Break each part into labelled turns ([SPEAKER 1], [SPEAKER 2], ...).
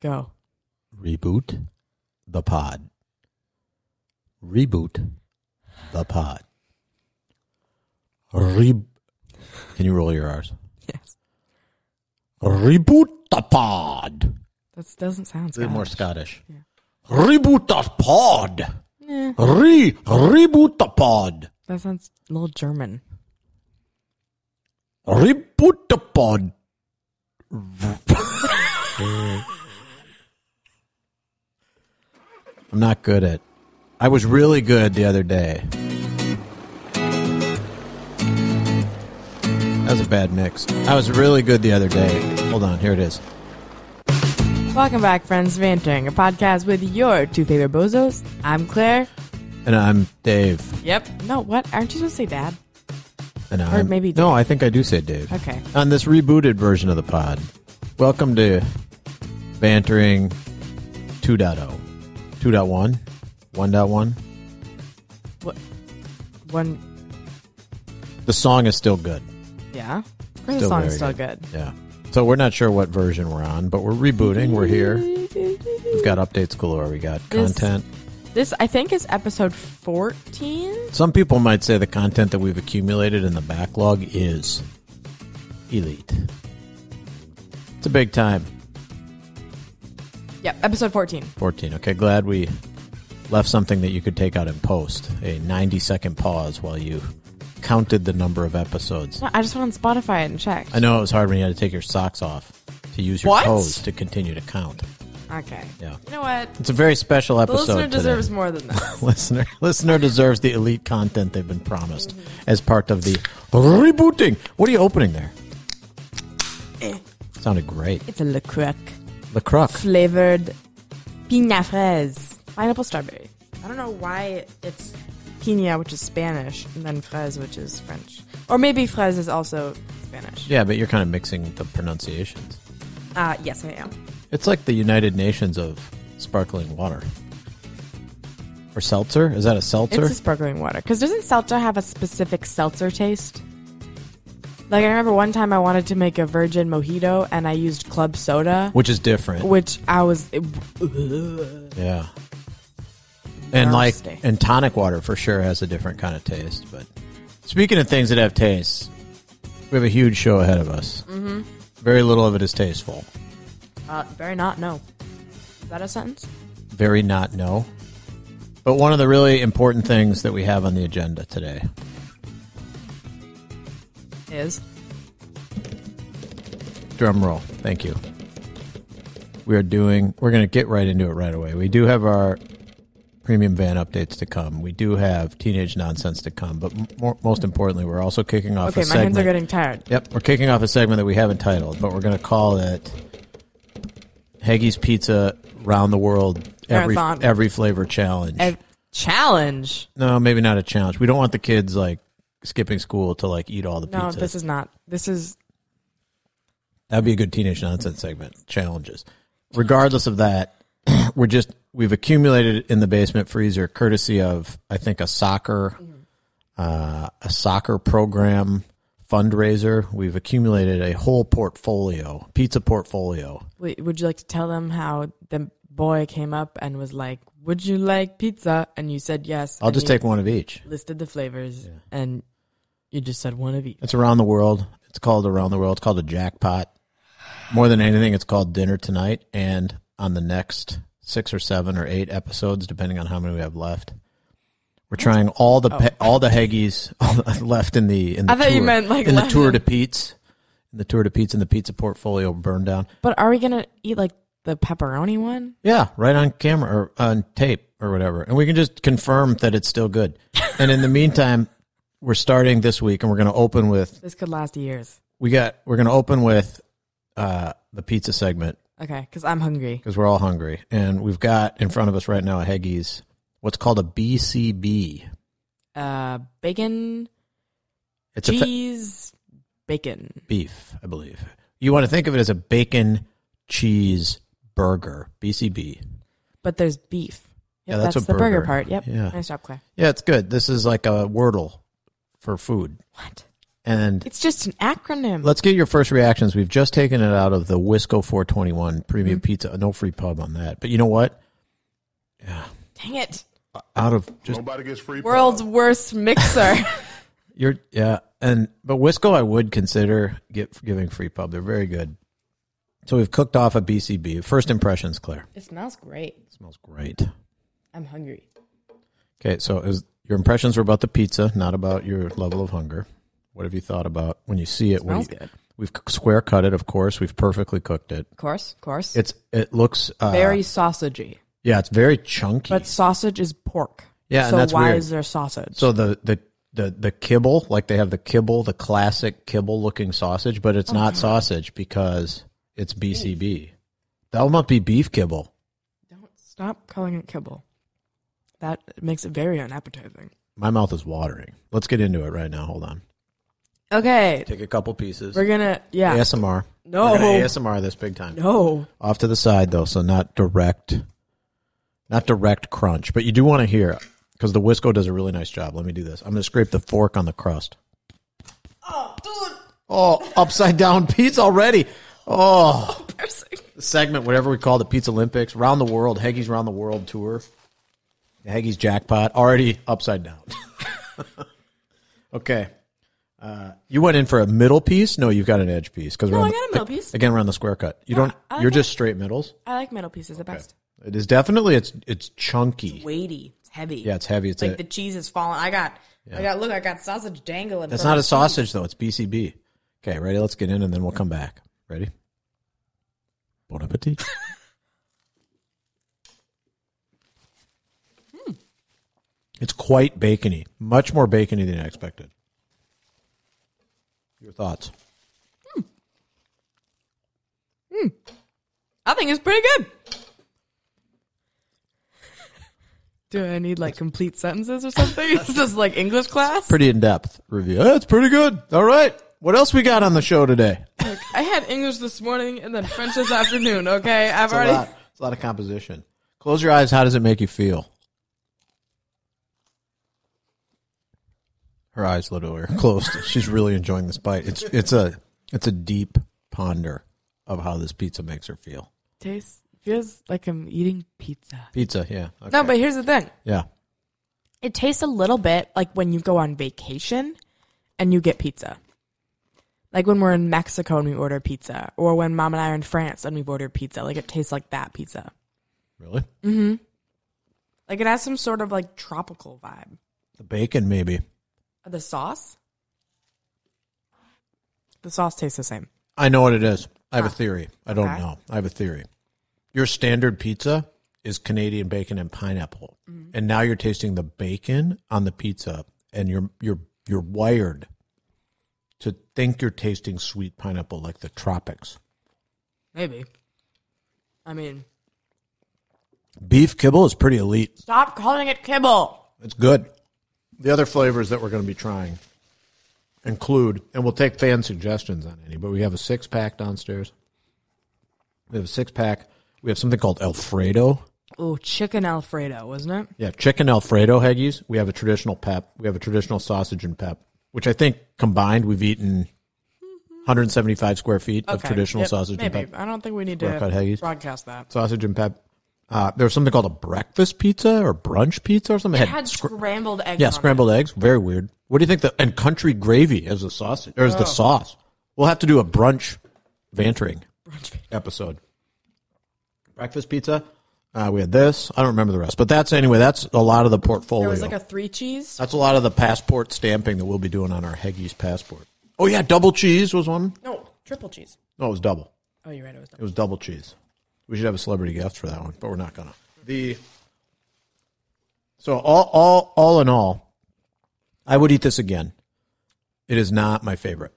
[SPEAKER 1] Go.
[SPEAKER 2] Reboot the pod. Reboot the pod. Re- Can you roll your R's?
[SPEAKER 1] Yes.
[SPEAKER 2] Reboot the pod.
[SPEAKER 1] That doesn't sound
[SPEAKER 2] A little more
[SPEAKER 1] Scottish.
[SPEAKER 2] Scottish.
[SPEAKER 1] Yeah.
[SPEAKER 2] Reboot the pod.
[SPEAKER 1] Nah,
[SPEAKER 2] Re reboot the pod.
[SPEAKER 1] that sounds a little German.
[SPEAKER 2] Reboot the pod. I'm not good at. I was really good the other day. That was a bad mix. I was really good the other day. Hold on, here it is.
[SPEAKER 1] Welcome back, friends. Vanting, a podcast with your two favorite bozos. I'm Claire.
[SPEAKER 2] And I'm Dave.
[SPEAKER 1] Yep. No, what? Aren't you supposed to say dad?
[SPEAKER 2] And I'm
[SPEAKER 1] maybe
[SPEAKER 2] no, I think I do say Dave.
[SPEAKER 1] Okay.
[SPEAKER 2] On this rebooted version of the pod, welcome to bantering oh. 2.0, 2.1, 1.1.
[SPEAKER 1] What? One.
[SPEAKER 2] The song is still good.
[SPEAKER 1] Yeah. The
[SPEAKER 2] Still
[SPEAKER 1] song's
[SPEAKER 2] very
[SPEAKER 1] still
[SPEAKER 2] good.
[SPEAKER 1] good.
[SPEAKER 2] Yeah. So we're not sure what version we're on, but we're rebooting. We're here. We've got updates galore. We got
[SPEAKER 1] This-
[SPEAKER 2] content.
[SPEAKER 1] This, I think, is episode 14.
[SPEAKER 2] Some people might say the content that we've accumulated in the backlog is elite. It's a big time.
[SPEAKER 1] Yep, episode 14.
[SPEAKER 2] 14. Okay, glad we left something that you could take out in post. A 90 second pause while you counted the number of episodes.
[SPEAKER 1] No, I just went on Spotify and checked.
[SPEAKER 2] I know it was hard when you had to take your socks off to use your
[SPEAKER 1] What?
[SPEAKER 2] toes to continue to count.
[SPEAKER 1] Okay.
[SPEAKER 2] Yeah.
[SPEAKER 1] You know what?
[SPEAKER 2] It's a very special
[SPEAKER 1] The
[SPEAKER 2] episode.
[SPEAKER 1] listener
[SPEAKER 2] today.
[SPEAKER 1] deserves more than that.
[SPEAKER 2] listener listener deserves the elite content they've been promised as part of the rebooting. What are you opening there?
[SPEAKER 1] Eh.
[SPEAKER 2] Sounded great.
[SPEAKER 1] it's a Le Croc.
[SPEAKER 2] The crook.
[SPEAKER 1] flavored pina fraise, pineapple strawberry. I don't know why it's pina, which is Spanish, and then fraise, which is French. Or maybe fraise is also Spanish.
[SPEAKER 2] Yeah, but you're kind of mixing the pronunciations.
[SPEAKER 1] Uh, yes, I am.
[SPEAKER 2] It's like the United Nations of sparkling water. Or seltzer? Is that a seltzer?
[SPEAKER 1] It's a sparkling water. Because doesn't seltzer have a specific seltzer taste? Like, I remember one time I wanted to make a virgin mojito, and I used club soda,
[SPEAKER 2] Which is different.
[SPEAKER 1] which I was.
[SPEAKER 2] yeah. And like
[SPEAKER 1] Thirsty.
[SPEAKER 2] and tonic water for sure has a different kind of taste, but speaking of things that have tastes, we have a huge show ahead of us. Mm-hmm. Very little of it is tasteful.
[SPEAKER 1] Uh, very not, no. Is that a sentence?
[SPEAKER 2] Very not no. But one of the really important things that we have on the agenda today
[SPEAKER 1] Is.
[SPEAKER 2] Drum roll. Thank you. We are doing, we're going to get right into it right away. We do have our premium van updates to come. We do have teenage nonsense to come. But m- more, most importantly, we're also kicking off
[SPEAKER 1] Okay, my
[SPEAKER 2] a segment.
[SPEAKER 1] hands are getting tired.
[SPEAKER 2] Yep, we're kicking off a segment that we haven't titled, but we're going to call it Heggy's Pizza Round the World Every,
[SPEAKER 1] Marathon. Eh.
[SPEAKER 2] every Flavor Challenge.
[SPEAKER 1] A challenge.
[SPEAKER 2] no, maybe not a challenge. We don't want the kids like skipping school to like eat all the
[SPEAKER 1] No,
[SPEAKER 2] pizza.
[SPEAKER 1] this is not. This is
[SPEAKER 2] That'd be a good teenage nonsense segment. Challenges. Regardless of that, we're just we've accumulated it in the basement freezer, courtesy of I think a soccer, uh, a soccer program fundraiser. We've accumulated a whole portfolio, pizza portfolio.
[SPEAKER 1] Wait, would you like to tell them how the boy came up and was like, "Would you like pizza?" And you said yes.
[SPEAKER 2] I'll
[SPEAKER 1] and
[SPEAKER 2] just
[SPEAKER 1] you
[SPEAKER 2] take one of each.
[SPEAKER 1] listed the flavors, and you just said one of each.
[SPEAKER 2] It's around the world. It's called around the world. It's called a jackpot. More than anything, it's called dinner tonight, and on the next six or seven or eight episodes, depending on how many we have left, we're trying all the pe- all the Heggies all the, left in the in the
[SPEAKER 1] I thought you
[SPEAKER 2] tour-
[SPEAKER 1] meant, like,
[SPEAKER 2] in the
[SPEAKER 1] left.
[SPEAKER 2] tour to Pete's, in the tour to Pete's, and the pizza portfolio burn down.
[SPEAKER 1] But are we gonna eat like the pepperoni one?
[SPEAKER 2] Yeah, right on camera or on tape or whatever. And we can just confirm that it's still good. and in the meantime, we're starting this week and we're going to open with
[SPEAKER 1] This could last years.
[SPEAKER 2] we got we're going to open with uh the pizza segment
[SPEAKER 1] Okay, because I'm hungry.
[SPEAKER 2] because we're all hungry and we've got in front of us right now a Heggy's what's called a BCB.
[SPEAKER 1] Uh, bacon,
[SPEAKER 2] It's a fe-
[SPEAKER 1] cheese, bacon.
[SPEAKER 2] beef, I believe. You want to think of it as a bacon cheese burger, BCB.
[SPEAKER 1] But there's beef. Yep,
[SPEAKER 2] Yeah, that's a
[SPEAKER 1] the burger.
[SPEAKER 2] burger.
[SPEAKER 1] part. Yep.
[SPEAKER 2] Yeah.
[SPEAKER 1] Nice job, Claire.
[SPEAKER 2] Yeah, it's good. This is like a wordle for food.
[SPEAKER 1] What?
[SPEAKER 2] And
[SPEAKER 1] It's just an acronym.
[SPEAKER 2] let's get your first reactions. We've just taken it out of the Wisco 421 premium
[SPEAKER 1] Mm-hmm.
[SPEAKER 2] pizza. No free pub on that. But you know what?
[SPEAKER 1] Dang it.
[SPEAKER 2] Out of just
[SPEAKER 3] Nobody gets free.
[SPEAKER 1] World's
[SPEAKER 3] pub.
[SPEAKER 1] worst mixer.
[SPEAKER 2] You're yeah, and but Wisco I would consider get, giving free pub. They're very good. So we've cooked off a BCB. First impressions, Claire.
[SPEAKER 1] it smells great.
[SPEAKER 2] smells great.
[SPEAKER 1] I'm hungry.
[SPEAKER 2] Okay, so is your impressions were about the pizza, not about your level of hunger. What have you thought about when you see it? what
[SPEAKER 1] Smells
[SPEAKER 2] do you-
[SPEAKER 1] good.
[SPEAKER 2] We've c- square cut it, of course. We've perfectly cooked it.
[SPEAKER 1] Of course, of course.
[SPEAKER 2] It's it looks uh,
[SPEAKER 1] very sausagey.
[SPEAKER 2] yeah, it's very chunky.
[SPEAKER 1] But sausage is pork.
[SPEAKER 2] Yeah, and
[SPEAKER 1] So
[SPEAKER 2] that's
[SPEAKER 1] why
[SPEAKER 2] weird.
[SPEAKER 1] is there sausage?
[SPEAKER 2] So the the the the kibble, like they have the kibble, the classic kibble looking sausage, but
[SPEAKER 1] Oh,
[SPEAKER 2] it's not sausage because it's BCB. That must be beef kibble.
[SPEAKER 1] Don't stop calling it kibble. That makes it very unappetizing.
[SPEAKER 2] My mouth is watering. Let's get into it right now. Hold on.
[SPEAKER 1] Okay.
[SPEAKER 2] Take a couple pieces.
[SPEAKER 1] We're gonna yeah. Oh.
[SPEAKER 2] ASMR.
[SPEAKER 1] No.
[SPEAKER 2] We're gonna ASMR this big time.
[SPEAKER 1] No.
[SPEAKER 2] Off to the side though, so not direct, not direct crunch, but you do want to hear because the Wisco does a really nice job. Let me do this. I'm gonna scrape the fork on the crust. Oh, dude! Oh, upside down pizza already. Oh. segment, whatever we call the Pizza Olympics, round the world, Heggy's round the world tour, the Heggy's jackpot, already upside down. okay. Uh, you went in for a middle piece? No, you've got an edge piece because
[SPEAKER 1] No,
[SPEAKER 2] we're
[SPEAKER 1] I
[SPEAKER 2] on the-
[SPEAKER 1] got a middle piece.
[SPEAKER 2] again. We're on the square cut. You don't.
[SPEAKER 1] I like
[SPEAKER 2] you're
[SPEAKER 1] that.
[SPEAKER 2] just straight middles.
[SPEAKER 1] I like metal pieces the best.
[SPEAKER 2] It is definitely it's it's chunky.
[SPEAKER 1] Weighty. It's heavy.
[SPEAKER 2] Yeah, it's heavy. It's
[SPEAKER 1] like
[SPEAKER 2] a,
[SPEAKER 1] the cheese is falling. I got I got look, I got sausage dangling.
[SPEAKER 2] that's
[SPEAKER 1] from
[SPEAKER 2] not
[SPEAKER 1] the
[SPEAKER 2] a sausage though. It's BCB. Okay, ready? Let's get in and then we'll come back. Ready? Bon appetit. Hmm. It's quite bacony, much more bacony than I expected. Your thoughts?
[SPEAKER 1] cheese. I think it's pretty good. Do I need like complete sentences or something? Is this like English class?
[SPEAKER 2] Pretty in depth review. Yeah, it's pretty good. All right. What else we got on the show today?
[SPEAKER 1] I had English this morning and then French this afternoon. Okay, I've
[SPEAKER 2] It's a
[SPEAKER 1] already.
[SPEAKER 2] lot. It's a lot of composition. Close your eyes. How does it make you feel? Her eyes literally are closed. She's really enjoying this bite. It's it's a it's a deep ponder of how this pizza makes her feel.
[SPEAKER 1] Tastes feels like I'm eating pizza.
[SPEAKER 2] Pizza, yeah, okay.
[SPEAKER 1] No, but here's the thing.
[SPEAKER 2] yeah,
[SPEAKER 1] It tastes a little bit like when you go on vacation and you get pizza. Like when we're in Mexico and we order pizza, or when mom and I are in France and we've ordered pizza. Like it tastes like that pizza.
[SPEAKER 2] really.
[SPEAKER 1] Like it has some sort of like tropical vibe.
[SPEAKER 2] The bacon, maybe.
[SPEAKER 1] The sauce? The sauce tastes the same.
[SPEAKER 2] I know what it is. I have a theory. I don't
[SPEAKER 1] Okay.
[SPEAKER 2] know. I have a theory. Your standard pizza is Canadian bacon and pineapple, and now you're tasting the bacon on the pizza, and you're you're you're wired to think you're tasting sweet pineapple like the tropics.
[SPEAKER 1] Maybe. I mean,
[SPEAKER 2] Beef kibble is pretty elite.
[SPEAKER 1] stop calling it kibble.
[SPEAKER 2] It's good. The other flavors that we're going to be trying include, and we'll take fan suggestions on any, but we have a six pack downstairs. We have a six pack. We have something called Alfredo.
[SPEAKER 1] Oh, chicken Alfredo, wasn't it?
[SPEAKER 2] Yeah, chicken Alfredo Heggies. We have a traditional pep. We have a traditional sausage and pep, which I think combined we've eaten 175 square feet of traditional
[SPEAKER 1] Yep,
[SPEAKER 2] sausage and
[SPEAKER 1] Maybe.
[SPEAKER 2] pep.
[SPEAKER 1] I don't think we need
[SPEAKER 2] Workout
[SPEAKER 1] to
[SPEAKER 2] Haggies.
[SPEAKER 1] broadcast that.
[SPEAKER 2] Sausage and pep. Uh, there was something called a breakfast pizza or brunch pizza or something. It
[SPEAKER 1] I had scrambled eggs.
[SPEAKER 2] yeah,
[SPEAKER 1] on it.
[SPEAKER 2] scrambled eggs. Very weird. What do you think? The and country gravy as a sausage or
[SPEAKER 1] Oh.
[SPEAKER 2] as the sauce. We'll have to do a brunch vantering episode. Breakfast pizza. Uh, we had this. I don't remember the rest, but that's anyway. That's a lot of the portfolio.
[SPEAKER 1] There was like a three cheese.
[SPEAKER 2] That's a lot of the passport stamping that we'll be doing on our Heggy's passport. Oh yeah, double cheese was one.
[SPEAKER 1] No, triple cheese.
[SPEAKER 2] No, it was double.
[SPEAKER 1] Oh, you're right. It was
[SPEAKER 2] It was double cheese. We should have a celebrity guest for that one, but we're not gonna. The so all all all in all, I would eat this again. It is not my favorite.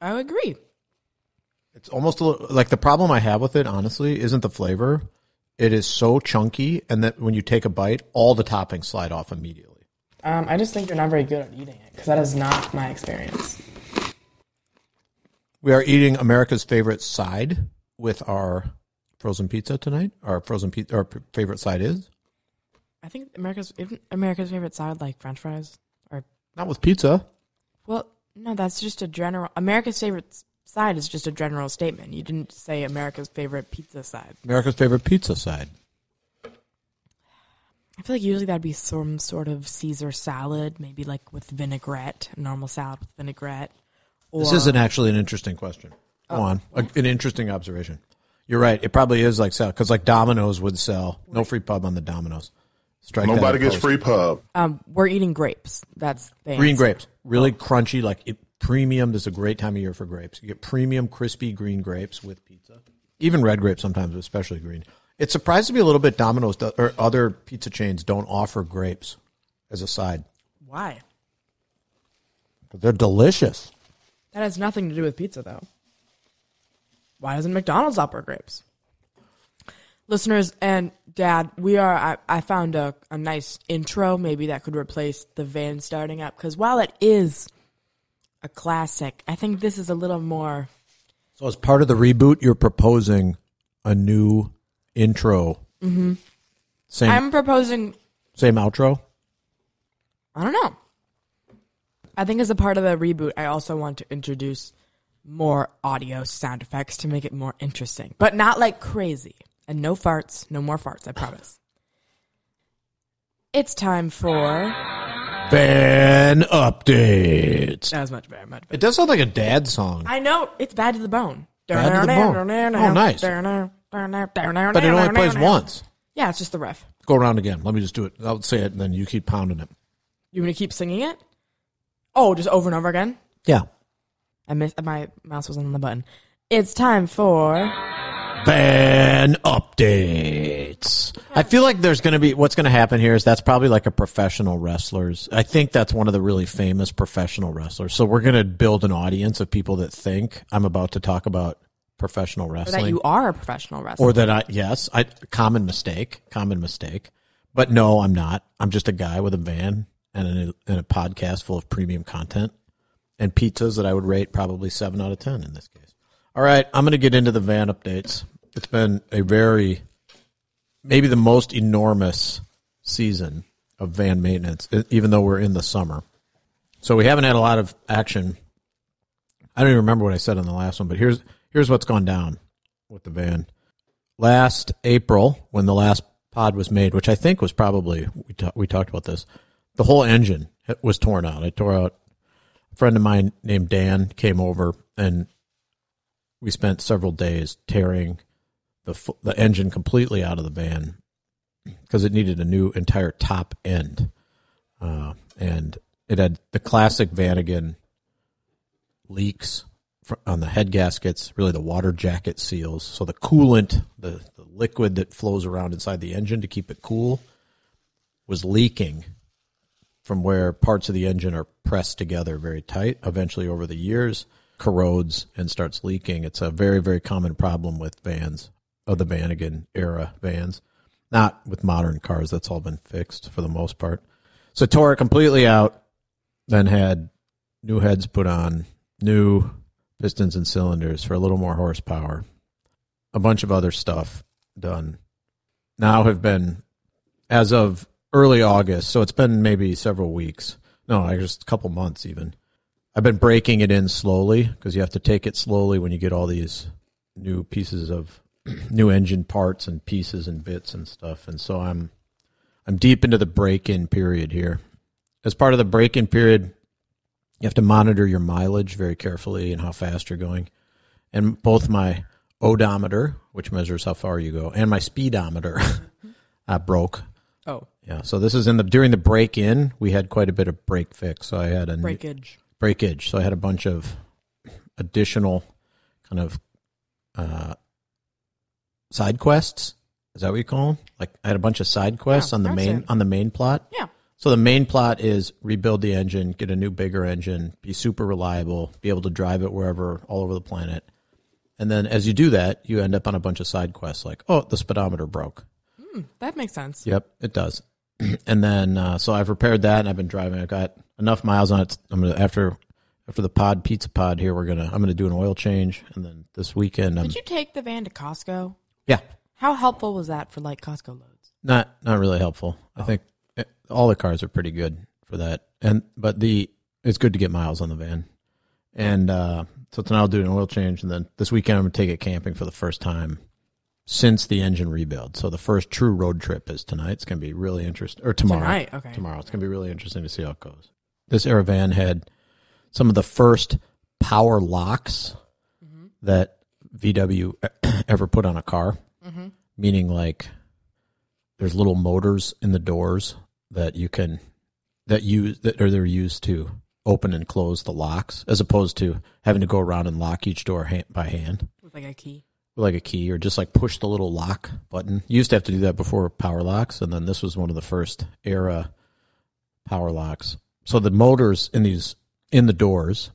[SPEAKER 1] I would agree.
[SPEAKER 2] It's almost a little, like the problem I have with it, honestly, isn't the flavor. It is so chunky, and that when you take a bite, all the toppings slide off immediately.
[SPEAKER 1] Um, I just think you're not very good at eating it because that is not my experience.
[SPEAKER 2] We are eating America's favorite side with our frozen pizza tonight. Our frozen pizza, our p- favorite side is
[SPEAKER 1] I think America's isn't America's favorite side like French fries or
[SPEAKER 2] not with pizza.
[SPEAKER 1] well, No, that's just a general. America's favorite s- side is just a general statement. You didn't say America's favorite pizza side.
[SPEAKER 2] America's favorite pizza side.
[SPEAKER 1] I feel like usually that'd be some sort of Caesar salad, maybe like with vinaigrette, a normal salad with vinaigrette. Or
[SPEAKER 2] This isn't actually an interesting question. Go on, A- an interesting observation. You're right. It probably is like sell because like Domino's would sell no free pub on the Domino's. Strike that
[SPEAKER 3] Nobody
[SPEAKER 2] out
[SPEAKER 3] gets
[SPEAKER 2] first.
[SPEAKER 3] free pub.
[SPEAKER 1] Um, we're eating grapes. That's the
[SPEAKER 2] green
[SPEAKER 1] answer.
[SPEAKER 2] grapes. Really
[SPEAKER 1] Oh.
[SPEAKER 2] crunchy, like it, premium. This is a great time of year for grapes. You get premium, crispy green grapes with pizza. Even red grapes sometimes, but especially green. It surprised me a little bit. Domino's do- or other pizza chains don't offer grapes as a side,
[SPEAKER 1] Why?
[SPEAKER 2] but they're delicious.
[SPEAKER 1] That has nothing to do with pizza, though. Why doesn't McDonald's offer grapes? Listeners and Dad, we are. I, I found a, a nice intro, maybe that could replace the van starting up. Because while it is a classic, I think this is a little more.
[SPEAKER 2] So, as part of the reboot, you're proposing a new intro. Mm-hmm. Same
[SPEAKER 1] I'm proposing.
[SPEAKER 2] same outro.
[SPEAKER 1] I don't know. I think as a part of the reboot, I also want to introduce more audio sound effects to make it more interesting, but not like crazy. And no farts, no more farts, I promise. It's time for.
[SPEAKER 2] Fan updates.
[SPEAKER 1] That was much better, much better.
[SPEAKER 2] It does sound like a dad song,
[SPEAKER 1] I know, it's bad to the bone.
[SPEAKER 2] Bad to the Bone. Oh, nice.
[SPEAKER 1] But
[SPEAKER 2] but it only plays once.
[SPEAKER 1] Yeah, it's just the riff.
[SPEAKER 2] Go around again. Let me just do it. I'll say it, and then you keep pounding it.
[SPEAKER 1] You want me to keep singing it? Oh, just over and over again?
[SPEAKER 2] Yeah.
[SPEAKER 1] I miss my mouse wasn't on the button. It's time for.
[SPEAKER 2] Fan updates. I feel like there's going to be what's going to happen here is that's probably like a professional wrestler's. I think that's one of the really famous professional wrestlers. So we're going to build an audience of people that think I'm about to talk about professional wrestling.
[SPEAKER 1] that you are a professional wrestler.
[SPEAKER 2] or that I yes, I common mistake, common mistake. But no, I'm not. I'm just a guy with a van and a, and a podcast full of premium content and pizzas that I would rate probably seven out of ten in this case. All right, I'm going to get into the van updates. It's been a very, maybe the most enormous season of van maintenance, e- even though we're in the summer. So we haven't had a lot of action. I don't even remember what I said on the last one, but here's here's what's gone down with the van last April when the last pod was made, which I think was probably we ta- we talked about this. The whole engine was torn out. I tore out. A friend of mine named Dan came over and we spent several days tearing the fu- the engine completely out of the van because it needed a new entire top end, uh, and it had the classic Vanagon leaks fr- on the head gaskets, really the water jacket seals. So the coolant, the, the liquid that flows around inside the engine to keep it cool, was leaking from where parts of the engine are pressed together very tight. Eventually, over the years, corrodes and starts leaking. It's a very, very common problem with vans of the Vanagon era vans. Not with modern cars. That's all been fixed for the most part. So tore it completely out. Then had new heads put on, new pistons and cylinders for a little more horsepower, a bunch of other stuff done. Now have been as of early August, so it's been maybe several weeks. No, I just a couple months even. I've been breaking it in slowly because you have to take it slowly when you get all these new pieces of new engine parts and pieces and bits and stuff. And so I'm I'm deep into the break-in period here. As part of the break-in period, you have to monitor your mileage very carefully and how fast you're going. And both my odometer, which measures how far you go, and my speedometer uh, broke.
[SPEAKER 1] oh,
[SPEAKER 2] Yeah. So this is in the during the break in, we had quite a bit of break fix. So I had a new-
[SPEAKER 1] breakage.
[SPEAKER 2] breakage. So I had a bunch of additional kind of uh, side quests. Is that what you call them? Like I had a bunch of side quests
[SPEAKER 1] Yeah,
[SPEAKER 2] on the
[SPEAKER 1] that's
[SPEAKER 2] main
[SPEAKER 1] it.
[SPEAKER 2] on the main plot.
[SPEAKER 1] Yeah.
[SPEAKER 2] So the main plot is rebuild the engine, get a new bigger engine, be super reliable, be able to drive it wherever all over the planet. And then as you do that, you end up on a bunch of side quests like, oh, the speedometer broke.
[SPEAKER 1] That makes sense.
[SPEAKER 2] Yep, it does. and then uh, so I've repaired that and I've been driving. I've got enough miles on it. I'm gonna after after the pod pizza pod here. We're gonna I'm gonna do an oil change and then this weekend I'm
[SPEAKER 1] Did you take the van to Costco?
[SPEAKER 2] yeah
[SPEAKER 1] How helpful was that for like Costco loads?
[SPEAKER 2] not not really helpful.
[SPEAKER 1] Oh.
[SPEAKER 2] I think eh, all the cars are pretty good for that. And but the it's good to get miles on the van. And uh, so tonight I'll do an oil change, and then this weekend I'm gonna take it camping for the first time since the engine rebuild. So the first true road trip is tonight. It's gonna be really interesting, or tomorrow.
[SPEAKER 1] Tonight, okay.
[SPEAKER 2] Tomorrow it's gonna be really interesting to see how it goes. This Aravan had some of the first power locks
[SPEAKER 1] Mm-hmm.
[SPEAKER 2] that VW ever put on a car,
[SPEAKER 1] Mm-hmm.
[SPEAKER 2] meaning like there's little motors in the doors that you can that use that or they're used to open and close the locks as opposed to having to go around and lock each door hand, by hand
[SPEAKER 1] With like a key.
[SPEAKER 2] with like a key or just like push the little lock button. You used to have to do that before power locks, and then this was one of the first era power locks. So the motors in these in the doors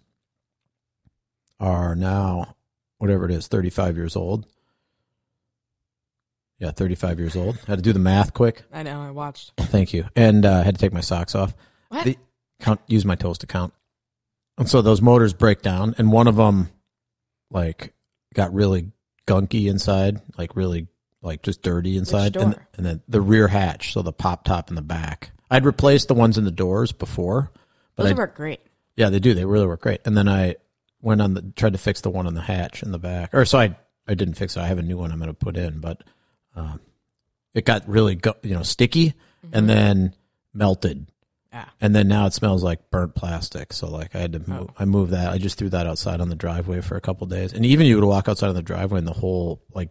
[SPEAKER 2] are now whatever it is, thirty five years old. Yeah, thirty five years old. Had to do the math quick.
[SPEAKER 1] I know. I watched.
[SPEAKER 2] Thank you. And uh, had to take my socks off.
[SPEAKER 1] What?
[SPEAKER 2] The- count use my toes to count. And so those motors break down, and one of them, like, got really gunky inside, like really, like just dirty inside, and
[SPEAKER 1] door?
[SPEAKER 2] and then the rear hatch, so the pop top in the back. I'd replaced the ones in the doors before, but
[SPEAKER 1] Those
[SPEAKER 2] I,
[SPEAKER 1] work great.
[SPEAKER 2] yeah, they do. They really work great. And then I went on the tried to fix the one on the hatch in the back, or so I I didn't fix it. I have a new one I'm going to put in, but um, it got really gu- you know sticky and then melted
[SPEAKER 1] Yeah.
[SPEAKER 2] and then now it smells like burnt plastic. So like I had to move, I moved that. I just threw that outside on the driveway for a couple days. And even you would walk outside on the driveway, and the whole like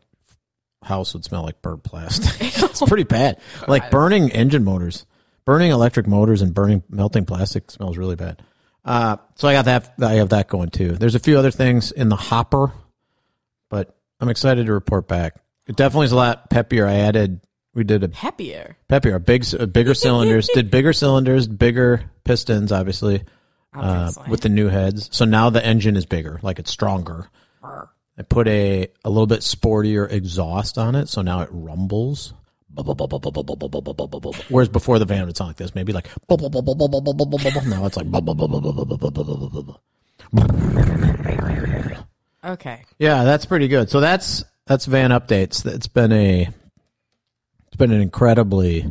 [SPEAKER 2] house would smell like burnt plastic. it's pretty bad. Like burning engine motors, burning electric motors, and burning melting plastic smells really bad. Uh, so I got that. I have that going too. There's a few other things in the hopper, but I'm excited to report back. It definitely is a lot peppier. I added. We did a
[SPEAKER 1] Happier.
[SPEAKER 2] Pepe, our big, uh, bigger cylinders did bigger cylinders, bigger pistons, obviously, uh,
[SPEAKER 1] Obviously.
[SPEAKER 2] with the new heads. So now the engine is bigger, like it's stronger. I put a a little bit sportier exhaust on it, so now it rumbles. Whereas before the van would sound like this, maybe like now it's like
[SPEAKER 1] Okay.
[SPEAKER 2] yeah, that's pretty good. So that's that's van updates. It's been a it's been an incredibly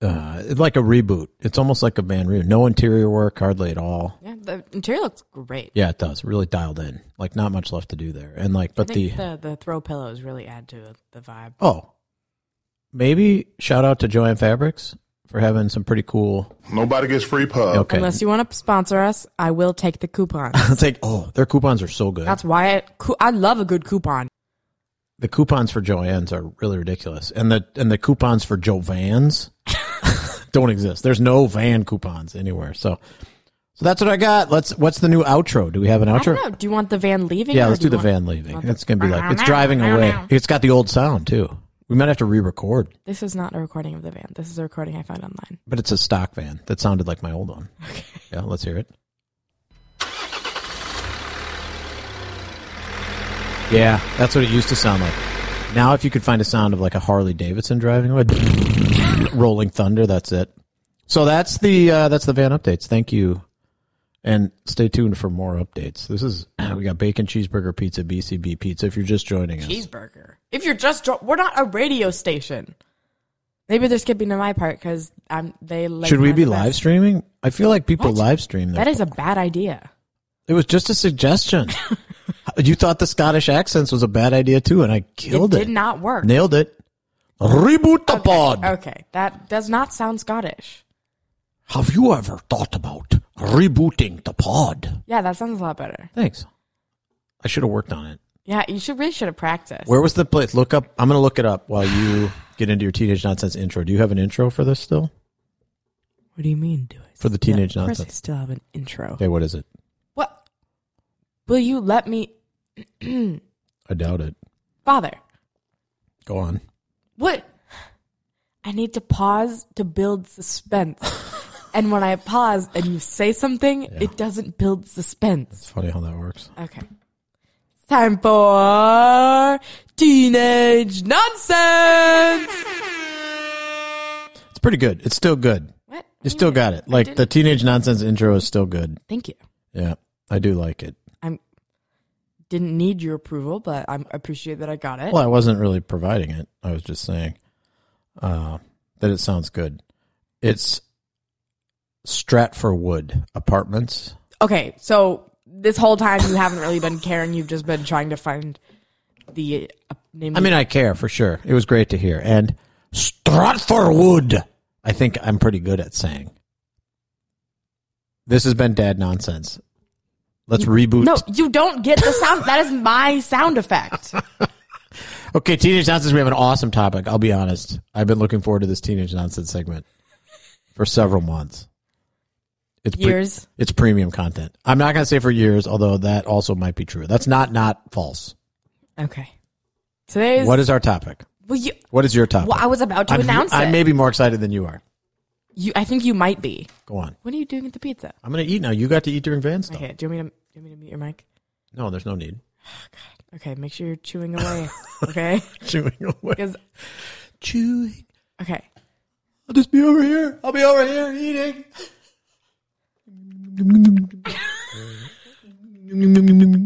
[SPEAKER 2] uh it's like a reboot. It's almost like a van reboot. No interior work hardly at all.
[SPEAKER 1] Yeah. The interior looks great.
[SPEAKER 2] Yeah, it does. Really dialed in. Like not much left to do there. And like
[SPEAKER 1] I
[SPEAKER 2] but the,
[SPEAKER 1] think the, the throw pillows really add to the vibe.
[SPEAKER 2] oh. Maybe shout out to Joanne Fabrics for having some pretty cool
[SPEAKER 3] Nobody gets free pub.
[SPEAKER 2] Okay.
[SPEAKER 1] Oh, Unless you want to sponsor us, I will take the coupons.
[SPEAKER 2] It's like oh, their coupons are so good.
[SPEAKER 1] That's why I, cou- I love a good coupon.
[SPEAKER 2] the coupons for Joann's are really ridiculous, and the and the coupons for Joe Vans don't exist. There's no van coupons anywhere. So, so that's what I got. Let's. What's the new outro? Do we have an
[SPEAKER 1] I
[SPEAKER 2] outro?
[SPEAKER 1] don't know. Do you want the van leaving?
[SPEAKER 2] Yeah,
[SPEAKER 1] or
[SPEAKER 2] let's do
[SPEAKER 1] you
[SPEAKER 2] the
[SPEAKER 1] want-
[SPEAKER 2] van leaving.
[SPEAKER 1] Okay.
[SPEAKER 2] It's gonna be like it's driving away. It's got the old sound too. We might have to re-record,
[SPEAKER 1] This is not a recording of the van. This is a recording I found online.
[SPEAKER 2] but it's a stock van that sounded like my old one. Yeah, let's hear it. Yeah, that's what it used to sound like. Now, if you could find a sound of like a Harley Davidson driving away, rolling thunder, that's it. So that's the uh, that's the van updates. Thank you, and stay tuned for more updates. This is we got bacon cheeseburger pizza BCB pizza. If you're just joining us,
[SPEAKER 1] Cheeseburger. If you're just, dro- we're not a radio station. Maybe they're skipping to my part because I'm. They like
[SPEAKER 2] should we
[SPEAKER 1] mine
[SPEAKER 2] be
[SPEAKER 1] the
[SPEAKER 2] live
[SPEAKER 1] best.
[SPEAKER 2] streaming? I feel like people
[SPEAKER 1] What?
[SPEAKER 2] live stream. their
[SPEAKER 1] That is a bad idea.
[SPEAKER 2] It was just a suggestion. you thought the Scottish accents was a bad idea too, and I killed
[SPEAKER 1] it
[SPEAKER 2] it.
[SPEAKER 1] did not work.
[SPEAKER 2] Nailed it. Reboot the pod.
[SPEAKER 1] Okay, that does not sound Scottish.
[SPEAKER 2] Have you ever thought about rebooting the pod?
[SPEAKER 1] Yeah, that sounds a lot better.
[SPEAKER 2] Thanks. I should have worked on it.
[SPEAKER 1] Yeah, you should really should have practiced.
[SPEAKER 2] Where was the place? Look up. I'm going to look it up while you get into your teenage nonsense intro. Do you have an intro for this still?
[SPEAKER 1] What do you mean? Do it
[SPEAKER 2] For the teenage
[SPEAKER 1] Of course, I
[SPEAKER 2] nonsense.
[SPEAKER 1] still have an intro.
[SPEAKER 2] Okay, what is it?
[SPEAKER 1] What? Will you let me,
[SPEAKER 2] I doubt it.
[SPEAKER 1] father?
[SPEAKER 2] Go on.
[SPEAKER 1] What? I need to pause to build suspense. and when I pause and you say something, it doesn't build suspense.
[SPEAKER 2] It's funny how that works.
[SPEAKER 1] Okay. It's time for teenage nonsense.
[SPEAKER 2] It's pretty good. It's still good.
[SPEAKER 1] What?
[SPEAKER 2] You still got it. Like the teenage nonsense intro is still good.
[SPEAKER 1] Thank you.
[SPEAKER 2] Yeah, I do like it.
[SPEAKER 1] I'm didn't need your approval, but I appreciate that I got it.
[SPEAKER 2] Well, I wasn't really providing it. I was just saying uh, that it sounds good. It's Stratford Wood Apartments.
[SPEAKER 1] Okay, so this whole time you haven't really been caring. You've just been trying to find the uh, name.
[SPEAKER 2] I mean, I care for sure. It was great to hear. And Stratford Wood. I think I'm pretty good at saying. This has been dad nonsense. Let's reboot.
[SPEAKER 1] no, you don't get the sound. that is my sound effect.
[SPEAKER 2] Okay, teenage nonsense. We have an awesome topic. I'll be honest. I've been looking forward to this teenage nonsense segment for several months. It's pre-
[SPEAKER 1] Years.
[SPEAKER 2] it's premium content. I'm not going to say for years, although that also might be true. That's not not false.
[SPEAKER 1] Okay. Today's
[SPEAKER 2] What is our topic?
[SPEAKER 1] well, you,
[SPEAKER 2] What is your topic?
[SPEAKER 1] well, I was about to
[SPEAKER 2] I'm-
[SPEAKER 1] announce
[SPEAKER 2] I
[SPEAKER 1] it.
[SPEAKER 2] may be more excited than you are.
[SPEAKER 1] you, I think you might be.
[SPEAKER 2] Go on.
[SPEAKER 1] What are you doing with the pizza?
[SPEAKER 2] I'm going to eat now. You got to eat during van stuff.
[SPEAKER 1] Okay, do you want me to do you want me to mute your mic?
[SPEAKER 2] No, there's no need.
[SPEAKER 1] Okay, make sure you're chewing away. Okay,
[SPEAKER 2] Chewing away.
[SPEAKER 1] 'Cause-
[SPEAKER 2] Chewing.
[SPEAKER 1] okay.
[SPEAKER 2] I'll just be over here. I'll be over here eating.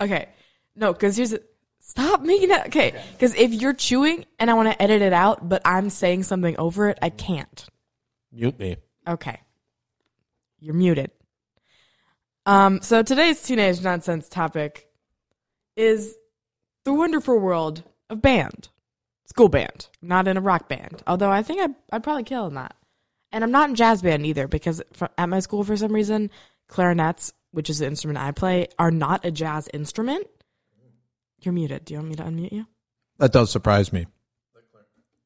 [SPEAKER 1] Okay. No, because here's a, stop making that. Okay, because if you're chewing and I want to edit it out, but I'm saying something over it, I can't.
[SPEAKER 2] Mute me.
[SPEAKER 1] Okay, you're muted. Um. So today's teenage nonsense topic is the wonderful world of band, school band, not in a rock band. Although I think I I'd probably kill in that, and I'm not in jazz band either because fr at my school for some reason clarinets, which is the instrument I play, are not a jazz instrument. You're muted. Do you want me to unmute you?
[SPEAKER 2] That does surprise me.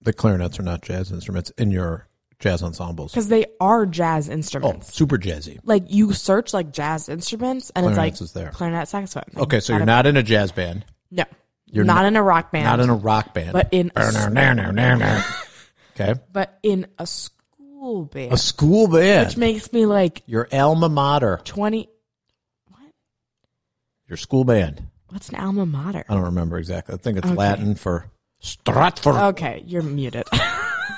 [SPEAKER 2] The clarinets are not jazz instruments in your jazz ensembles.
[SPEAKER 1] Because they are jazz
[SPEAKER 2] Oh,
[SPEAKER 1] instruments.
[SPEAKER 2] super jazzy.
[SPEAKER 1] Like you search like jazz instruments, and it's
[SPEAKER 2] Clarinets
[SPEAKER 1] like
[SPEAKER 2] is there.
[SPEAKER 1] clarinet, saxophone. Like,
[SPEAKER 2] Okay, so you're not in a jazz band,
[SPEAKER 1] No,
[SPEAKER 2] You're
[SPEAKER 1] you're not, in a rock band.
[SPEAKER 2] not in a rock band,
[SPEAKER 1] But in a s-
[SPEAKER 2] okay,
[SPEAKER 1] but in a school band,
[SPEAKER 2] a school
[SPEAKER 1] which
[SPEAKER 2] band,
[SPEAKER 1] makes me like
[SPEAKER 2] your alma mater,
[SPEAKER 1] twenty.
[SPEAKER 2] your school band.
[SPEAKER 1] What's an alma mater?
[SPEAKER 2] I don't remember exactly. I think it's Latin for Stratford.
[SPEAKER 1] Okay, you're muted.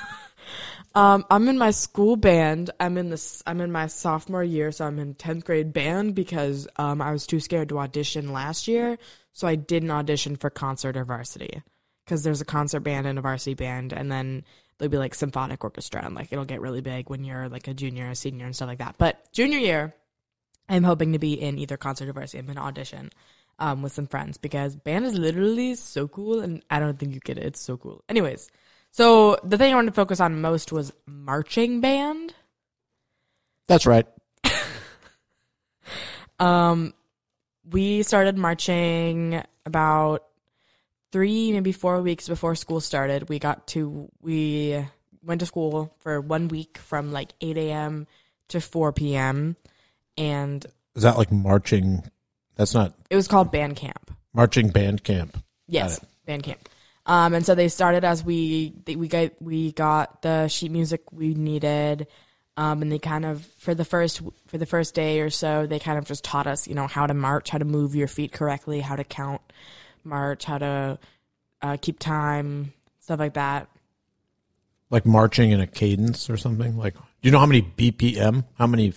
[SPEAKER 1] um, I'm in my school band. I'm in this. I'm in my sophomore year, so I'm in tenth grade band because um, I was too scared to audition last year, so I didn't audition for concert or varsity because there's a concert band and a varsity band, and then there'll be like symphonic orchestra, and like it'll get really big when you're like a junior, a senior, and stuff like that. But junior year, I'm hoping to be in either concert or varsity. I'm going to audition um, with some friends because band is literally so cool, and I don't think you get it. It's so cool. Anyways, so the thing I wanted to focus on most was marching band.
[SPEAKER 2] That's right.
[SPEAKER 1] Um, we started marching about three, maybe four weeks before school started. We got to we went to school for one week from like eight a.m. to four p.m. and
[SPEAKER 2] Is that like marching? That's not
[SPEAKER 1] it was called band camp.
[SPEAKER 2] marching band camp.
[SPEAKER 1] Yes, band camp. Um, and so they started as we they, we got we got the sheet music we needed, um, and they kind of for the first for the first day or so they kind of just taught us you know how to march, how to move your feet correctly, how to count, march, how to uh, keep time, stuff like that.
[SPEAKER 2] Like marching in a cadence or something. Like, do you know how many BPM? How many?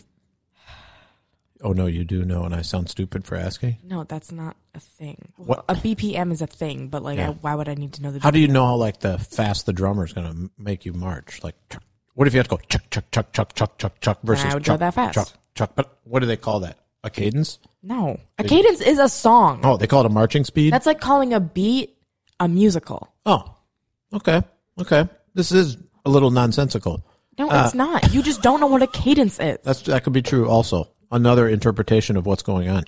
[SPEAKER 2] Oh no, you do know, and I sound stupid for asking.
[SPEAKER 1] No, that's not a thing.
[SPEAKER 2] What-
[SPEAKER 1] a BPM is a thing, but like,
[SPEAKER 2] Yeah.
[SPEAKER 1] I, why would I need to know the?
[SPEAKER 2] How do you know how like the fast the drummer is going to make you march? Like, chuck. what if you have to go chuck chuck chuck chuck chuck chuck chuck versus
[SPEAKER 1] would go
[SPEAKER 2] chuck,
[SPEAKER 1] that fast.
[SPEAKER 2] chuck chuck? But what do they call that? A cadence?
[SPEAKER 1] no, a cadence is a song.
[SPEAKER 2] Oh, they call it a marching speed.
[SPEAKER 1] That's like calling a beat a musical.
[SPEAKER 2] oh, okay, okay. This is a little nonsensical.
[SPEAKER 1] No,
[SPEAKER 2] Uh.
[SPEAKER 1] it's not. You just don't know what a cadence is.
[SPEAKER 2] That's that could be true. Also, another interpretation of what's going on.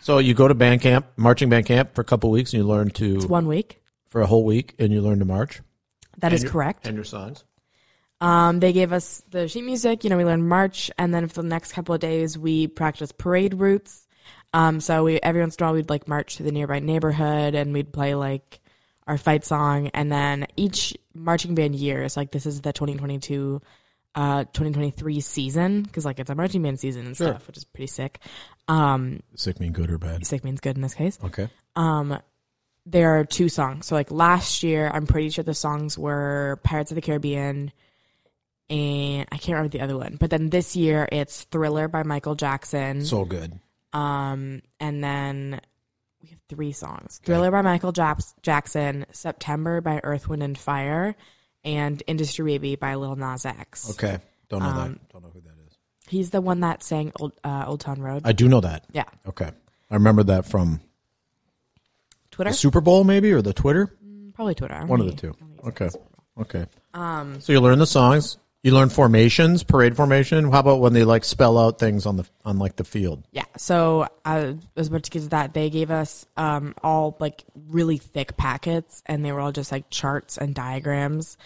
[SPEAKER 2] So you go to band camp, marching band camp for a couple weeks, and you learn to
[SPEAKER 1] One week.
[SPEAKER 2] for a whole week, and you learn to march.
[SPEAKER 1] That is
[SPEAKER 2] your-
[SPEAKER 1] correct.
[SPEAKER 2] And your songs.
[SPEAKER 1] Um, they gave us the sheet music. You know, we learned march, and then for the next couple of days, we practiced parade routes. Um, so we every once in a while we'd like march to the nearby neighborhood, and we'd play like our fight song. And then each marching band year is like this is the 2022, uh, 2023 season because like it's a marching band season and stuff, which is pretty sick. Um,
[SPEAKER 2] Sick mean good or bad?
[SPEAKER 1] sick means good in this case.
[SPEAKER 2] Okay.
[SPEAKER 1] um there are two songs. So like last year, I'm pretty sure the songs were Pirates of the Caribbean and I can't remember the other one. But then this year it's Thriller by Michael Jackson.
[SPEAKER 2] So good.
[SPEAKER 1] um and then we have three songs. Thriller by Michael Japs- Jackson, September by Earth Wind and Fire, and Industry Baby by Lil Nas X. Um,
[SPEAKER 2] Okay. Don't know that. Don't know who that is.
[SPEAKER 1] He's the one that sang Old, uh, Old Town Road.
[SPEAKER 2] I do know that.
[SPEAKER 1] yeah.
[SPEAKER 2] Okay. I remember that from
[SPEAKER 1] Twitter?
[SPEAKER 2] the Super Bowl, maybe, or the Twitter.
[SPEAKER 1] Probably Twitter. I don't
[SPEAKER 2] One of the
[SPEAKER 1] think-
[SPEAKER 2] two.
[SPEAKER 1] I don't think it's
[SPEAKER 2] Okay.
[SPEAKER 1] Twitter.
[SPEAKER 2] Okay. Um. So you learn the songs. You learn formations, parade formation. How about when they like spell out things on the on like the field?
[SPEAKER 1] Yeah. So uh, I was about to get to that. They gave us um, all like really thick packets, and they were all just like charts and diagrams,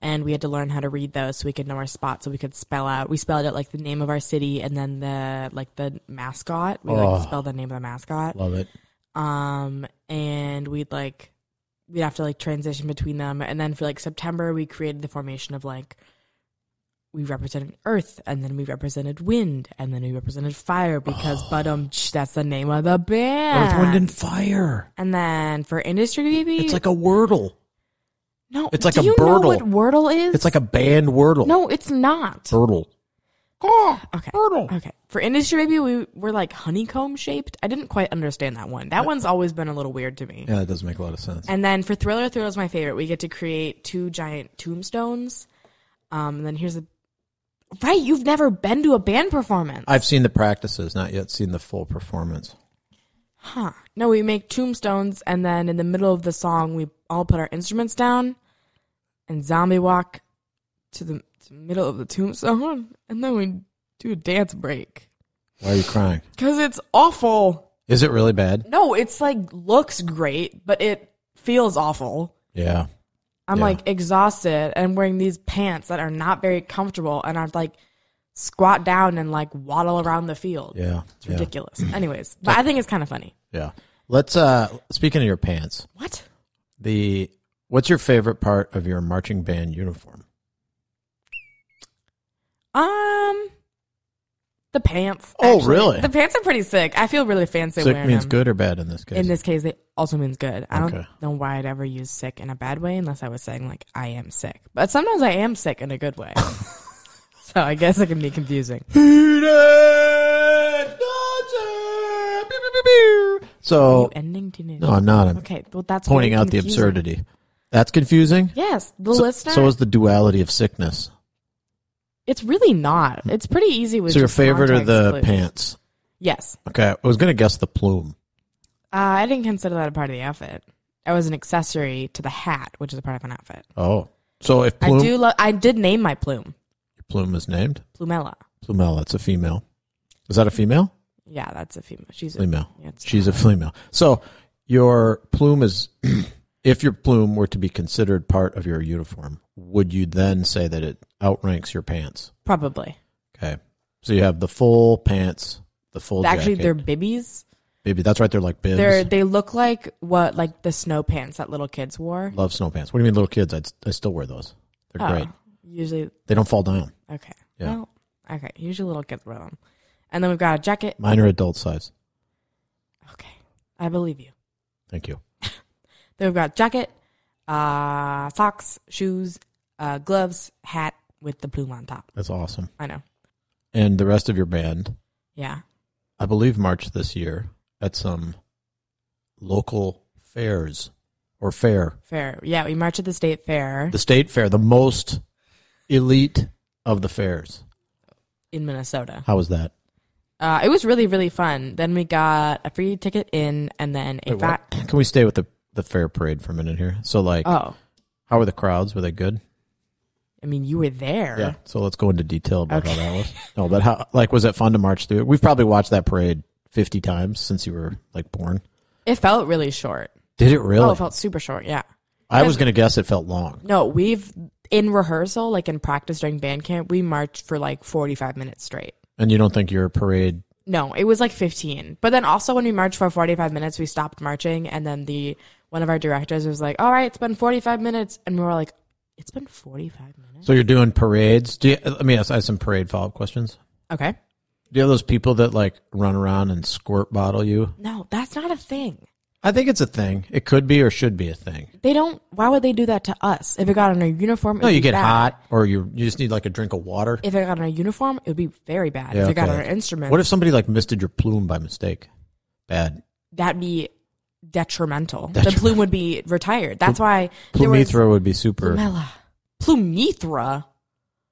[SPEAKER 1] and we had to learn how to read those so we could know our spot, so we could spell out. We spelled out like the name of our city, and then the like the mascot. We like spelled the name of the mascot.
[SPEAKER 2] Love it.
[SPEAKER 1] Um, and we'd like we'd have to like transition between them, and then for like September, we created the formation of like we represented Earth, and then we represented Wind, and then we represented Fire because Budum that's the name of the band.
[SPEAKER 2] Earth, wind, and fire.
[SPEAKER 1] and then for industry, baby,
[SPEAKER 2] It's like a wordle.
[SPEAKER 1] no,
[SPEAKER 2] it's like
[SPEAKER 1] do
[SPEAKER 2] a
[SPEAKER 1] you know
[SPEAKER 2] birdle.
[SPEAKER 1] what Wordle is?
[SPEAKER 2] It's like a band wordle.
[SPEAKER 1] no, it's not.
[SPEAKER 2] Birdle.
[SPEAKER 1] Okay. Okay. For industry, baby, we were like honeycomb shaped. I didn't quite understand that one.
[SPEAKER 2] Uh,
[SPEAKER 1] That one's always been a little weird to me.
[SPEAKER 2] Yeah, that doesn't make a lot of sense.
[SPEAKER 1] And then for Thriller, Thriller's my favorite. We get to create two giant tombstones. Um, and then here's a right. You've never been to a band performance,
[SPEAKER 2] I've seen the practices, not yet seen the full performance.
[SPEAKER 1] huh? No, we make tombstones, and then in the middle of the song, we all put our instruments down and zombie walk to the, to the middle of the tombstone, and then we do a dance break
[SPEAKER 2] Why are you crying?
[SPEAKER 1] because it's awful.
[SPEAKER 2] Is it really bad?
[SPEAKER 1] No, it's like looks great, but it feels awful.
[SPEAKER 2] Yeah.
[SPEAKER 1] I'm
[SPEAKER 2] Yeah.
[SPEAKER 1] like exhausted and wearing these pants that are not very comfortable and I'd like squat down and like waddle around the field.
[SPEAKER 2] Yeah.
[SPEAKER 1] It's ridiculous. Anyways, but I think it's kind of funny.
[SPEAKER 2] Yeah. yeah. Let's uh speaking of your pants,
[SPEAKER 1] What?
[SPEAKER 2] the what's your favorite part of your marching band uniform?
[SPEAKER 1] Um the pants.
[SPEAKER 2] Oh,
[SPEAKER 1] actually.
[SPEAKER 2] really?
[SPEAKER 1] The pants are pretty sick. I feel really fancy
[SPEAKER 2] Sick
[SPEAKER 1] wearing
[SPEAKER 2] means
[SPEAKER 1] them.
[SPEAKER 2] good or bad in this case.
[SPEAKER 1] In this case, it also means good. I don't
[SPEAKER 2] Okay.
[SPEAKER 1] know why I'd ever use sick in a bad way unless I was saying like I am sick. But sometimes I am sick in a good way. so I guess it can be confusing.
[SPEAKER 2] Heated dancer! Pew, pew, pew, pew.
[SPEAKER 1] Are you
[SPEAKER 2] So
[SPEAKER 1] ending teenage?
[SPEAKER 2] no, I'm not. I'm
[SPEAKER 1] Okay, well that's very
[SPEAKER 2] pointing out the
[SPEAKER 1] confusing.
[SPEAKER 2] absurdity. That's confusing.
[SPEAKER 1] Yes, the
[SPEAKER 2] so,
[SPEAKER 1] listener.
[SPEAKER 2] so is the duality of sickness.
[SPEAKER 1] it's really not. It's pretty easy with.
[SPEAKER 2] So your
[SPEAKER 1] just
[SPEAKER 2] favorite are
[SPEAKER 1] context
[SPEAKER 2] the
[SPEAKER 1] clues.
[SPEAKER 2] pants.
[SPEAKER 1] Yes,
[SPEAKER 2] Okay, I was gonna guess the plume.
[SPEAKER 1] uh, I didn't consider that a part of the outfit. It was an accessory to the hat, which is a part of an outfit.
[SPEAKER 2] Oh, so if plume,
[SPEAKER 1] I do. Lo- I did name my plume,
[SPEAKER 2] plume is named
[SPEAKER 1] Plumella.
[SPEAKER 2] plumel, it's a female. Is that a female?
[SPEAKER 1] Yeah, that's a female. She's a,
[SPEAKER 2] Female.
[SPEAKER 1] Yeah, it's-
[SPEAKER 2] She's a female. So your plume is, if your plume were to be considered part of your uniform, would you then say that it outranks your pants?
[SPEAKER 1] probably.
[SPEAKER 2] Okay, so you have the full pants, the full
[SPEAKER 1] Actually,
[SPEAKER 2] jacket.
[SPEAKER 1] they're bibbies. Maybe
[SPEAKER 2] Maybe that's right. They're like bibs.
[SPEAKER 1] They're they look like what like the snow pants that little kids wore.
[SPEAKER 2] Love snow pants. What do you mean, little kids? I'd, I still wear those. They're
[SPEAKER 1] Oh,
[SPEAKER 2] great.
[SPEAKER 1] Usually,
[SPEAKER 2] They don't fall down.
[SPEAKER 1] okay.
[SPEAKER 2] Yeah.
[SPEAKER 1] Well, okay. Usually, little kids wear them, and then we've got a jacket.
[SPEAKER 2] Mine are adult size.
[SPEAKER 1] Okay, I believe you.
[SPEAKER 2] Thank you.
[SPEAKER 1] Then we've got jacket, uh, socks, shoes, uh, gloves, hat with the plume on top.
[SPEAKER 2] That's awesome.
[SPEAKER 1] I know.
[SPEAKER 2] And the rest of your band,
[SPEAKER 1] Yeah.
[SPEAKER 2] I believe March this year at some local fairs or fair,
[SPEAKER 1] Fair. Yeah, we march at the state fair
[SPEAKER 2] the state fair, the most elite of the fairs.
[SPEAKER 1] in Minnesota.
[SPEAKER 2] How was that?
[SPEAKER 1] Uh, it was really, really fun. Then we got a free ticket in and then a fat.
[SPEAKER 2] Can we stay with the, the fair parade for a minute here? So, like,
[SPEAKER 1] Oh,
[SPEAKER 2] how were the crowds? Were they good?
[SPEAKER 1] I mean, you were there.
[SPEAKER 2] Yeah. So let's go into detail about how that was. No, but how like was it fun to march through it? We've probably watched that parade fifty times since you were like born.
[SPEAKER 1] It felt really short.
[SPEAKER 2] Did it really?
[SPEAKER 1] Oh, it felt super short. Yeah.
[SPEAKER 2] I was gonna guess it felt long.
[SPEAKER 1] No, we've in rehearsal, like in practice during band camp, we marched for like 45 minutes straight.
[SPEAKER 2] And you don't think your parade
[SPEAKER 1] No, it was like 15. But then also when we marched for 45 minutes, we stopped marching and then the one of our directors was like, "All right, it's been 45 minutes." And we were like, "It's been 45 minutes?"
[SPEAKER 2] so you're doing parades? Do you let me ask I have some parade follow up questions.
[SPEAKER 1] Okay.
[SPEAKER 2] Do you have those people that like run around and squirt bottle you?
[SPEAKER 1] No, that's not a thing.
[SPEAKER 2] I think it's a thing. It could be or should be a thing.
[SPEAKER 1] They don't why would they do that to us? If it got on our uniform,
[SPEAKER 2] No, you get hot or you you just need like a drink of water.
[SPEAKER 1] If it got on our uniform, it would be very bad.
[SPEAKER 2] Yeah,
[SPEAKER 1] if it got
[SPEAKER 2] okay.
[SPEAKER 1] on our instrument,
[SPEAKER 2] What if somebody like misted your plume by mistake? Bad.
[SPEAKER 1] that'd be detrimental. The
[SPEAKER 2] Detrimental.
[SPEAKER 1] plume would be retired. That's why there was
[SPEAKER 2] Plumethra would be super.
[SPEAKER 1] Plumella. Plumethra.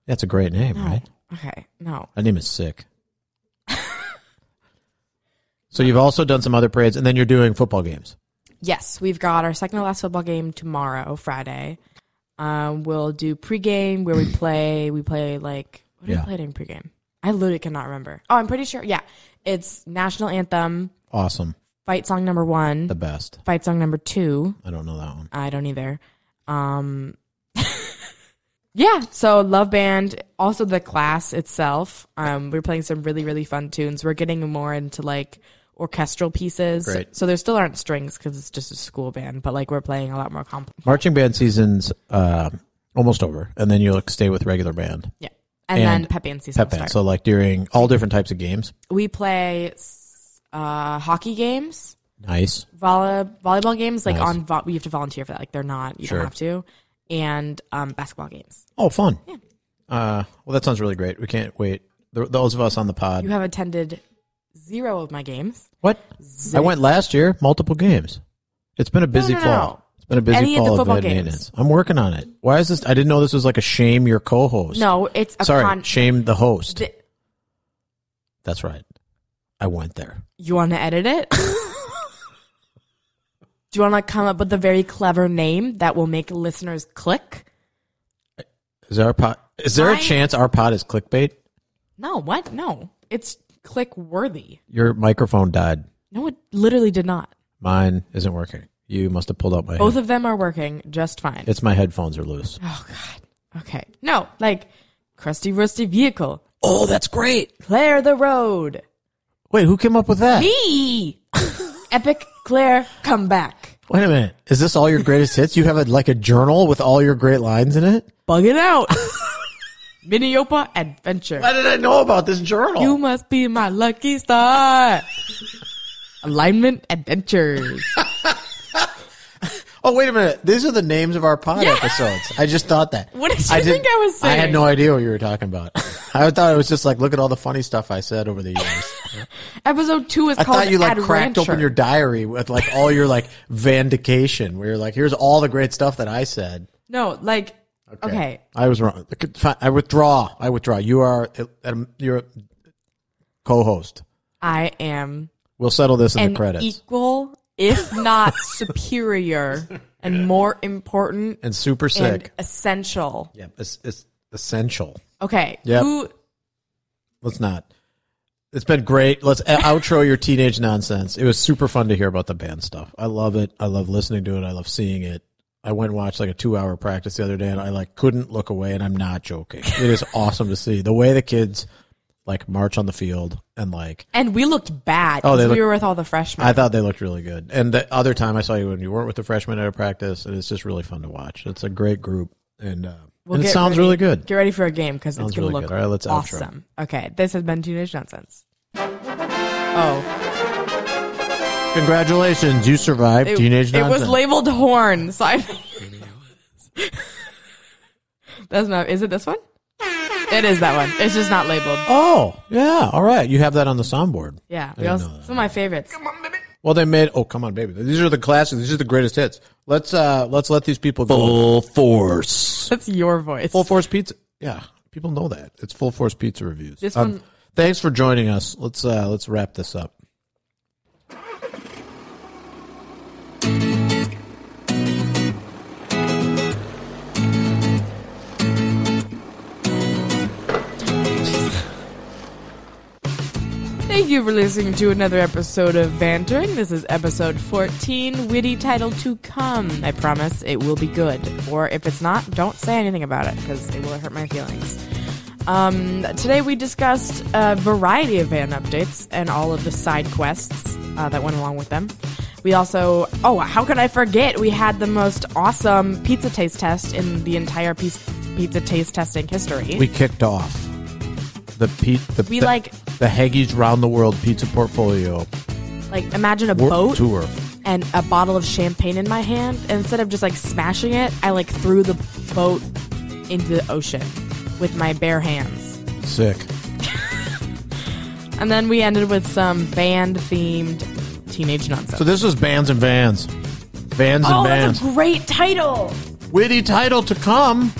[SPEAKER 2] That's a great name, right?
[SPEAKER 1] Okay, no.
[SPEAKER 2] That name is sick. so you've also done some other parades, and then you're doing football games.
[SPEAKER 1] Yes, we've got our second to last football game tomorrow, Friday. Um, we'll do pregame where we play. We play like what do
[SPEAKER 2] Yeah.
[SPEAKER 1] we play during pregame? I literally cannot remember. Oh, I'm pretty sure. Yeah, it's national anthem,
[SPEAKER 2] Awesome,
[SPEAKER 1] fight song number one,
[SPEAKER 2] the best.
[SPEAKER 1] fight song number two.
[SPEAKER 2] I don't know that one.
[SPEAKER 1] I don't either. Um, yeah, so Love Band, also the class itself. Um, we're playing some really, really fun tunes. We're getting more into like orchestral pieces.
[SPEAKER 2] Great.
[SPEAKER 1] So there still aren't strings because it's just a school band, but like we're playing a lot more complex.
[SPEAKER 2] Marching band season's uh, almost over, and then you'll stay with regular band,
[SPEAKER 1] Yeah. And,
[SPEAKER 2] And
[SPEAKER 1] then Pep Band season
[SPEAKER 2] pep
[SPEAKER 1] will
[SPEAKER 2] band.
[SPEAKER 1] start.
[SPEAKER 2] So like during all different types of games.
[SPEAKER 1] we play uh, hockey games,
[SPEAKER 2] Nice.
[SPEAKER 1] volley- volleyball games. Like
[SPEAKER 2] Nice.
[SPEAKER 1] on, vo- we have to volunteer for that. Like they're not, you
[SPEAKER 2] Sure.
[SPEAKER 1] don't have to. And um, basketball games.
[SPEAKER 2] Oh, fun. Uh, well, that sounds really great. We can't wait. Th those of us on the pod.
[SPEAKER 1] You have attended zero of my games.
[SPEAKER 2] what? I went last year, multiple games. It's been a busy
[SPEAKER 1] no, no,
[SPEAKER 2] fall.
[SPEAKER 1] no.
[SPEAKER 2] It's been a busy
[SPEAKER 1] Any of the
[SPEAKER 2] fall
[SPEAKER 1] football
[SPEAKER 2] Ed
[SPEAKER 1] games.
[SPEAKER 2] Maintenance. I'm working on it. Why is this? I didn't know this was like a shame your co-host.
[SPEAKER 1] No, it's a
[SPEAKER 2] Sorry,
[SPEAKER 1] con.
[SPEAKER 2] shame the host.
[SPEAKER 1] Th-
[SPEAKER 2] That's right. I went there.
[SPEAKER 1] you want to edit it? Do you want to come up with a very clever name that will make listeners click?
[SPEAKER 2] Is our pot? Is there a
[SPEAKER 1] I-
[SPEAKER 2] chance our pot is clickbait?
[SPEAKER 1] No, what? No, it's click worthy.
[SPEAKER 2] Your microphone died.
[SPEAKER 1] No, it literally did not.
[SPEAKER 2] Mine isn't working. You must have pulled out my.
[SPEAKER 1] Both
[SPEAKER 2] Head.
[SPEAKER 1] of them are working just fine.
[SPEAKER 2] It's my headphones are loose.
[SPEAKER 1] oh God. Okay. No, like crusty rusty vehicle.
[SPEAKER 2] Oh, that's great.
[SPEAKER 1] Clear the road.
[SPEAKER 2] Wait, who came up with that?
[SPEAKER 1] Me. Epic Claire, come back.
[SPEAKER 2] Wait a minute. Is this all your greatest hits? You have a, like a journal with all your great lines in it?
[SPEAKER 1] Bug it out. Miniopa adventure.
[SPEAKER 2] How did I know about this journal?
[SPEAKER 1] You must be my lucky star. Alignment Adventures.
[SPEAKER 2] oh, wait a minute. These are the names of our pod episodes. I just thought that.
[SPEAKER 1] What did you think
[SPEAKER 2] didn't-
[SPEAKER 1] I was
[SPEAKER 2] I had
[SPEAKER 1] saying?
[SPEAKER 2] no idea what you were talking about. I thought it was just like, look at all the funny stuff I said over the years.
[SPEAKER 1] Episode two is
[SPEAKER 2] I
[SPEAKER 1] called
[SPEAKER 2] thought you like
[SPEAKER 1] Adventure.
[SPEAKER 2] cracked open your diary with like all your like vindication where you're like, here's all the great stuff that I said.
[SPEAKER 1] No, like okay.
[SPEAKER 2] I was wrong. Fine, I withdraw. I withdraw. You are, um, you're a co-host.
[SPEAKER 1] I am
[SPEAKER 2] We'll settle this in
[SPEAKER 1] an
[SPEAKER 2] the credits.
[SPEAKER 1] equal, if not superior, and more important
[SPEAKER 2] and super
[SPEAKER 1] and
[SPEAKER 2] sick.
[SPEAKER 1] essential.
[SPEAKER 2] Yep, it's, it's essential.
[SPEAKER 1] Okay.
[SPEAKER 2] Yep.
[SPEAKER 1] Who
[SPEAKER 2] Let's not. It's been great. Let's o- outro your teenage nonsense. It was super fun to hear about the band stuff. I love it. I love listening to it. I love seeing it. I went and watched like a two hour practice the other day and I like couldn't look away and I'm not joking. It is awesome to see the way the kids like march on the field and like
[SPEAKER 1] and we looked bad
[SPEAKER 2] Oh,
[SPEAKER 1] because
[SPEAKER 2] they
[SPEAKER 1] we
[SPEAKER 2] look-
[SPEAKER 1] were with all the freshmen.
[SPEAKER 2] I thought they looked really good. And the other time I saw you when you weren't with the freshmen at a practice and it's just really fun to watch. It's a great group and, uh, and it
[SPEAKER 1] get
[SPEAKER 2] sounds
[SPEAKER 1] ready-
[SPEAKER 2] really good.
[SPEAKER 1] Get ready for a game because it's
[SPEAKER 2] Sounds
[SPEAKER 1] gonna
[SPEAKER 2] really
[SPEAKER 1] look
[SPEAKER 2] good. All right, let's outro.
[SPEAKER 1] awesome. Okay, this has been teenage nonsense. Oh,
[SPEAKER 2] Congratulations, you survived
[SPEAKER 1] it,
[SPEAKER 2] teenage
[SPEAKER 1] it
[SPEAKER 2] nonsense.
[SPEAKER 1] was labeled horn. So I. That's not. Is it this one? It is that one. It's just not labeled.
[SPEAKER 2] Oh, yeah. All right. You have that on the soundboard.
[SPEAKER 1] Yeah, we also, some of my favorites.
[SPEAKER 2] Well, they made. Oh, come on, baby. These are the classics. These are the greatest hits. Let's uh let's let these people go. Full force.
[SPEAKER 1] That's your voice.
[SPEAKER 2] Full force pizza. Yeah, people know that. It's full force pizza reviews.
[SPEAKER 1] This
[SPEAKER 2] Um,
[SPEAKER 1] one-
[SPEAKER 2] Thanks for joining us. Let's uh let's wrap this up.
[SPEAKER 1] Thank you for listening to another episode of Bantering. This is episode 14, witty title to come. I promise it will be good. Or if it's not, don't say anything about it because it will hurt my feelings. Um, today we discussed a variety of van updates and all of the side quests uh, that went along with them. We also, oh, how could I forget? We had the most awesome pizza taste test in the entire piece, pizza taste testing history.
[SPEAKER 2] We kicked off the Pete the
[SPEAKER 1] We
[SPEAKER 2] the,
[SPEAKER 1] like-
[SPEAKER 2] the Haggee's round the world pizza portfolio
[SPEAKER 1] like, imagine a
[SPEAKER 2] world
[SPEAKER 1] boat.
[SPEAKER 2] tour.
[SPEAKER 1] and a bottle of champagne in my hand. And instead of just like smashing it, I like threw the boat into the ocean with my bare hands.
[SPEAKER 2] Sick.
[SPEAKER 1] And then we ended with some band themed teenage nonsense.
[SPEAKER 2] So this was bands and vans. Vans and
[SPEAKER 1] oh,
[SPEAKER 2] vans.
[SPEAKER 1] that's a great title.
[SPEAKER 2] Witty title to come.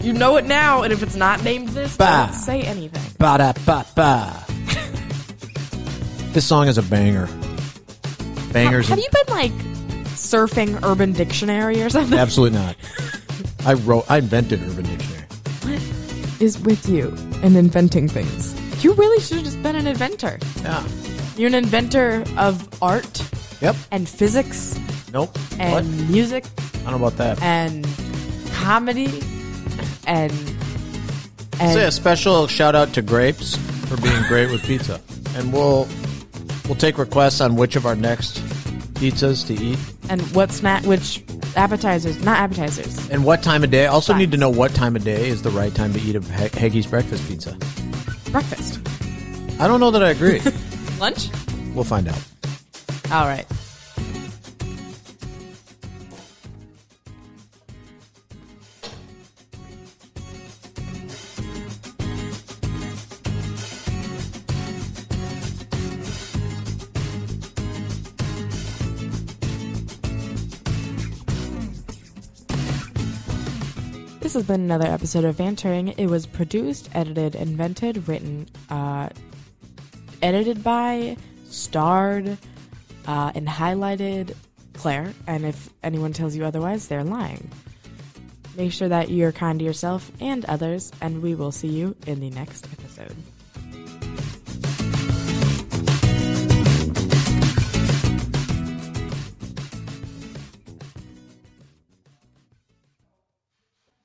[SPEAKER 1] You know it now, and if it's not named this,
[SPEAKER 2] Bah.
[SPEAKER 1] don't say anything.
[SPEAKER 2] Ba da ba ba. This song is a banger. Bangers.
[SPEAKER 1] Have you been like surfing Urban Dictionary or something?
[SPEAKER 2] Absolutely not. I wrote. I invented Urban Dictionary.
[SPEAKER 1] What is with you and inventing things? You really should have just been an inventor.
[SPEAKER 2] Yeah.
[SPEAKER 1] You're an inventor of art
[SPEAKER 2] Yep.
[SPEAKER 1] and physics
[SPEAKER 2] Nope.
[SPEAKER 1] and
[SPEAKER 2] what?
[SPEAKER 1] music
[SPEAKER 2] I don't know about that.
[SPEAKER 1] and comedy and and
[SPEAKER 2] Say a special shout out to Grapes for being great with pizza, and we'll we'll take requests on which of our next pizzas to eat
[SPEAKER 1] and what's not which appetizers, not appetizers.
[SPEAKER 2] and what time of day. I also
[SPEAKER 1] Right.
[SPEAKER 2] need to know what time of day is the right time to eat a He- Heggie's breakfast pizza.
[SPEAKER 1] Breakfast.
[SPEAKER 2] I don't know that I agree.
[SPEAKER 1] Lunch?
[SPEAKER 2] we'll find out.
[SPEAKER 1] All right. This has been another episode of Bantering. It was produced, edited, invented, written, uh, edited by, starred, uh, and highlighted Claire. And if anyone tells you otherwise, they're lying. Make sure that you're kind to yourself and others, and we will see you in the next episode.